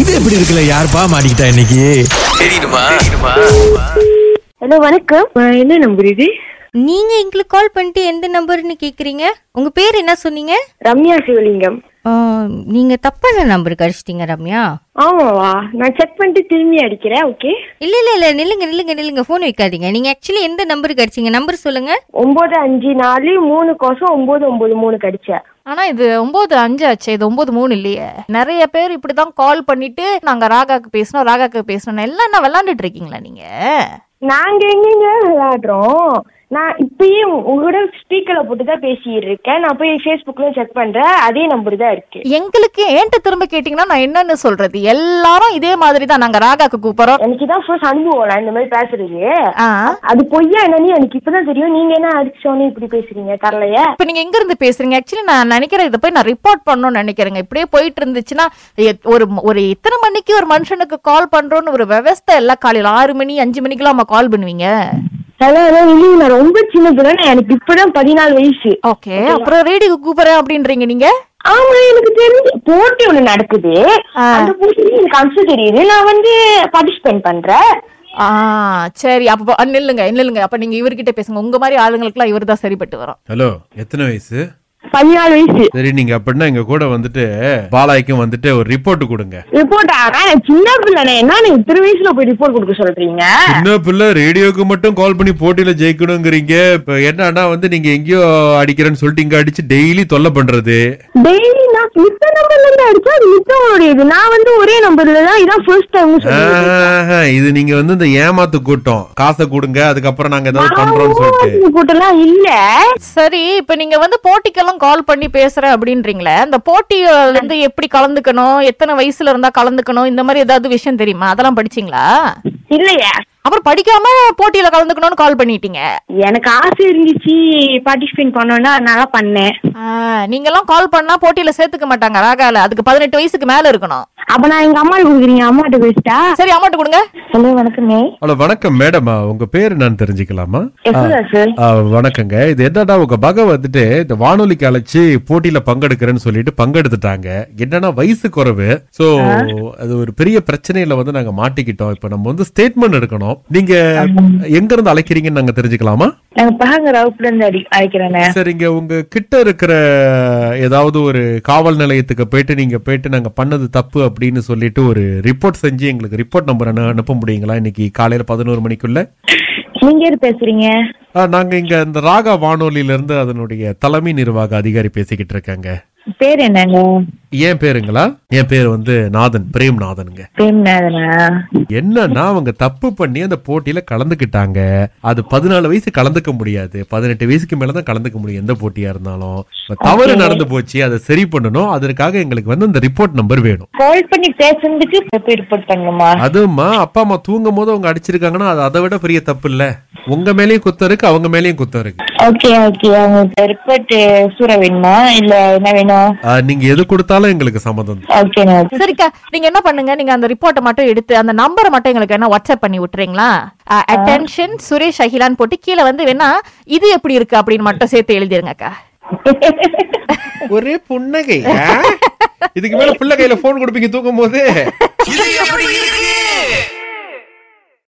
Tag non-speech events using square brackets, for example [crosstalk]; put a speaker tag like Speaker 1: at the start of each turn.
Speaker 1: இது எப்படி இருக்குல்ல யாருப்பா மாட்டிக்கிட்டா இன்னைக்கு
Speaker 2: ஹலோ வணக்கம் அஹ் என்ன நம்பர் இது
Speaker 3: நீங்க எங்களுக்கு கால் பண்ணிட்டு எந்த நம்பர்னு கேக்குறீங்க உங்க பேர் என்ன சொன்னீங்க
Speaker 2: ரம்யா சிவலிங்கம்
Speaker 3: ஆ, நீங்க தப்பான நம்பர் கடிச்சிட்டீங்க ரம்யா
Speaker 2: ஆமாவா நான் செக் பண்ணிட்டு திரும்பி அடிக்கிறேன் ஓகே
Speaker 3: இல்ல இல்ல இல்ல நில்லுங்க நில்லுங்க நில்லுங்க போன் வைக்காதீங்க நீங்க ஆக்சுவலி எந்த நம்பர் கடிச்சீங்க நம்பர் சொல்லுங்க
Speaker 2: ஒன்பது அஞ்சு நாலு மூணு கோசம் ஒன்பது ஒன்பது மூணு கடிச்சேன்
Speaker 4: ஆனா இது ஒன்பது அஞ்சு ஆச்சு இது ஒன்பது மூணு இல்லையே நிறைய பேர் இப்படிதான் கால் பண்ணிட்டு நாங்க ராகாக்கு பேசணும் ராகாக்கு பேசணும் எல்லாம் என்ன விளாண்டுட்டு இருக்கீங்களா நீங்க
Speaker 2: நாங்க எங்கெங்க விளையாடுறோம் நான் இப்பயே உங்க- உங்களோட ஸ்பீக்கர்ல போட்டு தான் பேசிட்டு இருக்கேன் நான் போய் ஃபேஸ்புக்ல செக் பண்றேன் அதே நம்பர் தான் இருக்கு
Speaker 4: எங்களுக்கு ஏன்ட்ட திரும்ப கேட்டீங்கன்னா நான் என்னன்னு சொல்றது எல்லாரும் இதே மாதிரி தான் நாங்க ராகாக்கு கூப்பிடுறோம்
Speaker 2: எனக்கு தான் ஃபர்ஸ்ட் அனுபவம் நான் இந்த மாதிரி பேசுறது
Speaker 4: ஆ,
Speaker 2: அது பொய்யா என்னன்னு எனக்கு இப்பதான் தெரியும் நீங்க என்ன அடிச்சோன்னு இப்படி பேசுறீங்க தரலையே
Speaker 4: இப்ப நீங்க எங்க இருந்து பேசுறீங்க ஆக்சுவலி நான் நினைக்கிறேன் இதை போய் நான் ரிப்போர்ட் பண்ணணும்னு நினைக்கிறேங்க இப்படியே போயிட்டு இருந்துச்சுன்னா எத்- ஒரு ஒரு இத்தனை மணிக்கு ஒரு மனுஷனுக்கு கால் பண்றோம்னு ஒரு விவசாய எல்லாம் காலையில ஆறு மணி அஞ்சு மணிக்கெல்லாம் நம்ம கால் பண்ணுவீங்க
Speaker 2: ஹலோ ஹலோ இல்லை நான் ரொம்ப சின்ன பிள்ளை நான் எனக்கு இப்பதான் பதினாலு வயசு
Speaker 4: ஓகே அப்புறம் ரேடியோ கூப்பிடுறேன் அப்படின்றீங்க நீங்க
Speaker 2: ஆமா எனக்கு தெரிஞ்சு போட்டி ஒண்ணு நடக்குது அந்த போட்டியில எனக்கு அம்சம் தெரியுது நான் வந்து பார்ட்டிசிபேட் பண்றேன்
Speaker 4: ஆ சரி அப்ப ப- நில்லுங்க நில்லுங்க அப்ப நீங்க இவர்கிட்ட பேசுங்க உங்க மாதிரி ஆளுங்களுக்குலாம் இவர் தான் சரிப்பட்டு வரும்
Speaker 5: ஹலோ எத்தனை வயசு
Speaker 2: பதினாலு வயசு
Speaker 5: சரி நீங்க அப்படின்னா எங்க கூட வந்துட்டு பாலாய்க்கும் வந்துட்டு ஒரு ரிப்போர்ட் கொடுங்க
Speaker 2: ரிப்போர்ட் ஆனா நான் சின்ன பிள்ளைண்ணே என்ன நீங்க இத்தனை வயசுல போய் ரிப்போர்ட் கொடுக்க சொல்றீங்க
Speaker 5: சின்ன பிள்ளை ரேடியோக்கு மட்டும் கால் பண்ணி போட்டியில ஜெயிக்கணுங்கிறீங்க இப்ப என்னன்னா வந்து நீங்க எங்கேயோ அடிக்கிறேன்னு சொல்லிட்டு இங்க அடிச்சு டெய்லி தொல்லை பண்றது
Speaker 2: டெய்லி நான் மித்த நம்பர்ல இருந்து அடிச்சா அது மித்தவங்களுடைய இது நான் வந்து ஒரே நம்பர்ல தான் இதான் ஃபர்ஸ்ட் டைம் சொல்றேன்
Speaker 5: ஆஹா, இது நீங்க வந்து இந்த ஏமாத்து கூட்டம் காசை கொடுங்க அதுக்கப்புறம் நாங்க ஏதாவது பண்றோம்னு சொல்லிட்டு
Speaker 2: கூட்டம்லாம் இல்ல
Speaker 4: சரி இப்ப நீங்க வந்து போட்டிக்கெல்லாம் கால் பண்ணி பேசுறேன் அப்படின்றீங்களே அந்த போட்டியில இருந்து எப்படி கலந்துக்கணும் எத்தனை வயசுல இருந்தா கலந்துக்கணும் இந்த மாதிரி ஏதாவது விஷயம் தெரியுமா அதெல்லாம் படிச்சீங்களா
Speaker 2: இல்லையா
Speaker 4: அப்புறம் படிக்காம போட்டியில கலந்துக்கணும்னு கால் பண்ணிட்டீங்க
Speaker 2: எனக்கு ஆசை இருந்துச்சு பார்ட்டிசிபேட் பண்ணோம்னா நல்லா பண்ணேன்
Speaker 4: ஆ, நீங்கெல்லாம் கால் பண்ணா போட்டியில சேர்த்துக்க மாட்டாங்க ராகால அதுக்கு பதினெட்டு வயசுக்கு மேல இருக்கணும்
Speaker 2: அப்ப நான் எங்க அம்மா கொடுக்குறீங்க அம்மாட்ட பேசிட்டா
Speaker 4: சரி அமௌண்ட் கொடுங்க
Speaker 2: ஹலோ வணக்கமே
Speaker 5: ஹலோ வணக்கம் மேடமா உங்க பேர் என்னன்னு தெரிஞ்சுக்கலாமா
Speaker 2: எப்போதா சார்
Speaker 5: ஆ, வணக்கங்க இது என்னடா உங்க மக வந்துட்டு இந்த வானொலிக்கு அழைச்சு போட்டியில பங்கெடுக்கிறேன்னு சொல்லிட்டு பங்கெடுத்துட்டாங்க என்னன்னா வயசு குறைவு சோ அது ஒரு பெரிய பிரச்சனையில வந்து நாங்க மாட்டிக்கிட்டோம் இப்ப நம்ம வந்து ஸ்டேட்மெண்ட் எடுக்கணும் நீங்க எங்க இருந்து அழைக்கிறீங்கன்னு நாங்க தெரிஞ்சுக்கலாமா
Speaker 2: நாங்க பகங்க ரவுப்புல இருந்து அடி அழைக்கிறேன்
Speaker 5: சரிங்க உங்க கிட்ட இருக்கிற ஏதாவது ஒரு காவல் நிலையத்துக்கு போயிட்டு நீங்க போயிட்டு நாங்க பண்ணது தப்பு அப்படின்னு சொல்லிட்டு ஒரு ரிப்போர்ட் செஞ்சு எங்களுக்கு ரிப்போர்ட் நம்பர் அனுப்ப முடியுங்களா இன்னைக்கு காலையில பதினோரு மணிக்குள்ள
Speaker 2: நீங்க யாரு பேசுறீங்க
Speaker 5: ஆ, நாங்க இங்க இந்த ராகா வானொலியில இருந்து அதனுடைய தலைமை நிர்வாக அதிகாரி பேசிக்கிட்டு இருக்காங்க
Speaker 2: பேர் என்னங்க
Speaker 5: என் பேருங்களா என் பேர் வந்து நாதன் பிரேம் நாதனுங்க
Speaker 2: பிரேம்நாதனா
Speaker 5: என்னன்னா அவங்க தப்பு பண்ணி அந்த போட்டியில கலந்துக்கிட்டாங்க அது பதினாலு வயசு கலந்துக்க முடியாது பதினெட்டு வயசுக்கு மேலதான் கலந்துக்க முடியும் எந்த போட்டியா இருந்தாலும் இப்ப தவறு நடந்து போச்சு அதை சரி பண்ணணும் அதற்காக எங்களுக்கு வந்து அந்த ரிப்போர்ட் நம்பர் வேணும்
Speaker 2: கால் பண்ணி பேசுறதுக்கு போய் ரிப்போர்ட் பண்ணுமா
Speaker 5: அதுமா அப்பா அம்மா தூங்கும் போது அவங்க அடிச்சிருக்காங்கன்னா அது அதை விட பெரிய தப்பு இல்ல உங்க மேலயும் குத்தம் இருக்கு அவங்க மேலயும் குத்தம் இருக்கு
Speaker 2: ஓகே ஓகே அவங்க ரிப்போர்ட் சூற வேணுமா இல்ல என்ன வேணும்
Speaker 5: ஆ, நீங்க எது கொடுத்தாலும் எங்களுக்கு சம்மதம்
Speaker 2: ஓகேண்ணா
Speaker 4: சரிக்கா நீங்க என்ன பண்ணுங்க நீங்க அந்த ரிப்போர்ட்டை மட்டும் எடுத்து அந்த நம்பரை மட்டும் எங்களுக்கு என்ன வாட்ஸ்அப் பண்ணி விட்டுறீங்களா அட்டென்ஷன் சுரேஷ் அகிலான்னு போட்டு கீழே வந்து வேணா இது எப்படி இருக்கு அப்படின்னு மட்டும் சேர்த்து எழுதிருங்கக்கா
Speaker 2: [laughs]
Speaker 5: ஒரே புன்னகை இதுக்கு மேல புள்ள கையில போன் கொடுப்பீங்க தூங்கும் போது
Speaker 1: இது எப்படி இருக்கு